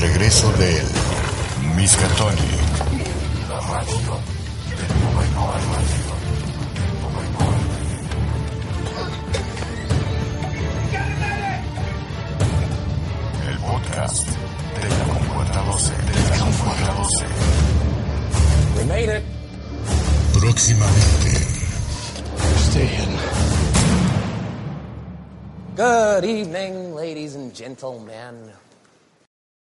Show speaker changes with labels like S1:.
S1: regreso del Miskatonic. El podcast de la Compuerta 12. De la Compuerta 12.
S2: We made it.
S1: Próximamente.
S3: Stay hidden.
S2: Good evening, ladies and gentlemen.